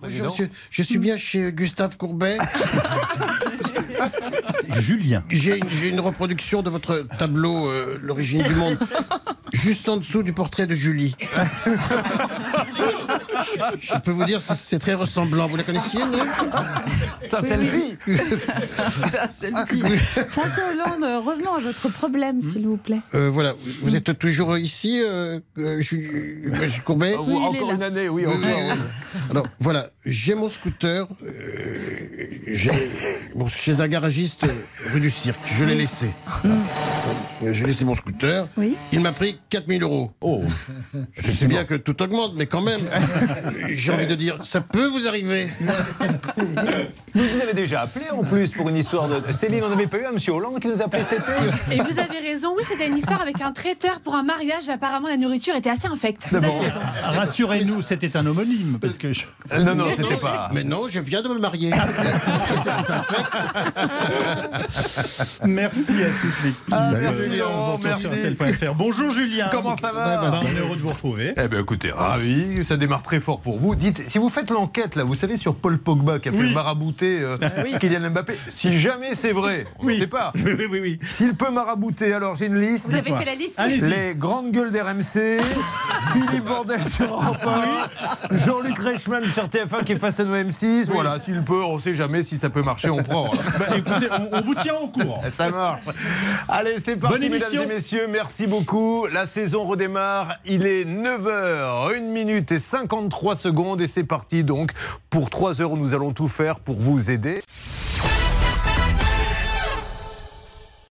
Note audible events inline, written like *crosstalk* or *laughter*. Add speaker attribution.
Speaker 1: bonjour, monsieur. Je suis bien chez Gustave Courbet.
Speaker 2: Julien.
Speaker 1: J'ai une, j'ai une reproduction de votre tableau, euh, L'origine du monde, juste en dessous du portrait de Julie. Je, je peux vous dire, c'est- c'est très ressemblant. Vous la connaissiez, non
Speaker 3: Ça, c'est le vie.
Speaker 4: François Hollande, euh, revenons à votre problème, s'il vous plaît.
Speaker 1: Euh, Voilà, vous- vous êtes toujours ici, euh, euh, Ju- Monsieur Courbet
Speaker 3: Ou
Speaker 4: il est
Speaker 3: encore
Speaker 4: là.
Speaker 3: une année, oui,
Speaker 1: Oui,
Speaker 3: encore.
Speaker 1: oui, oui. Alors voilà, j'ai mon scooter euh, j'ai- bon, chez un garagiste euh, rue du Cirque. Je l'ai laissé. Euh, J'ai laissé mon scooter.
Speaker 4: Oui.
Speaker 1: Il m'a pris 4000 euros.
Speaker 2: Oh,
Speaker 1: Je sais bien que tout augmente, mais
Speaker 5: *laughs*
Speaker 1: quand même, j'ai envie de dire, ça peut vous arriver.
Speaker 5: Vous nous avez déjà appelé en plus pour une histoire de. Céline, on n'avait pas eu un monsieur Hollande qui nous appelait cet été
Speaker 6: Et vous avez raison, oui, c'était une histoire avec un traiteur pour un mariage. Apparemment, la nourriture était assez infecte. Vous avez raison.
Speaker 2: Ah, rassurez-nous, c'était un homonyme parce que je-
Speaker 5: Euh, Non, non, c'était pas.
Speaker 1: Mais non, je viens de me marier. C'est un fait.
Speaker 2: Merci à toutes les
Speaker 3: Ah,
Speaker 2: Salut,
Speaker 3: merci,
Speaker 2: Julien.
Speaker 3: Laurent,
Speaker 2: On vous retrouve
Speaker 3: merci.
Speaker 2: sur RTL.fr. Bonjour Julien.
Speaker 5: Comment ça va
Speaker 2: Ben, On est heureux de vous retrouver.
Speaker 3: Eh bien écoutez, ravi, ça démarre très fort pour vous. Dites, si vous faites l'enquête, là, vous savez, sur Paul Pogba qui a fait
Speaker 2: Oui.
Speaker 3: le marabouter euh, Kylian Mbappé, si jamais c'est vrai, on ne
Speaker 2: Oui.
Speaker 3: sait pas.
Speaker 2: Oui, oui, oui, oui.
Speaker 3: S'il peut marabouter, alors j'ai une liste.
Speaker 6: Vous avez fait la liste
Speaker 2: Allez-y.
Speaker 3: Les grandes gueules
Speaker 2: *laughs*
Speaker 3: d'RMC, Philippe Bordel sur Europe 1, Jean-Luc Reichmann sur TF1 qui est face à nos M6. Voilà, s'il peut, on sait jamais si ça peut marcher, on prend.
Speaker 2: *laughs* Ben, écoutez, on, on vous tient au courant.
Speaker 3: Ça marche. Allez, c'est parti,
Speaker 2: Bonne émission.
Speaker 3: mesdames et messieurs. Merci beaucoup. La saison redémarre. Il est 9h, 1 minute et 53 secondes. Et c'est parti donc. Pour 3 heures, nous allons tout faire pour vous aider.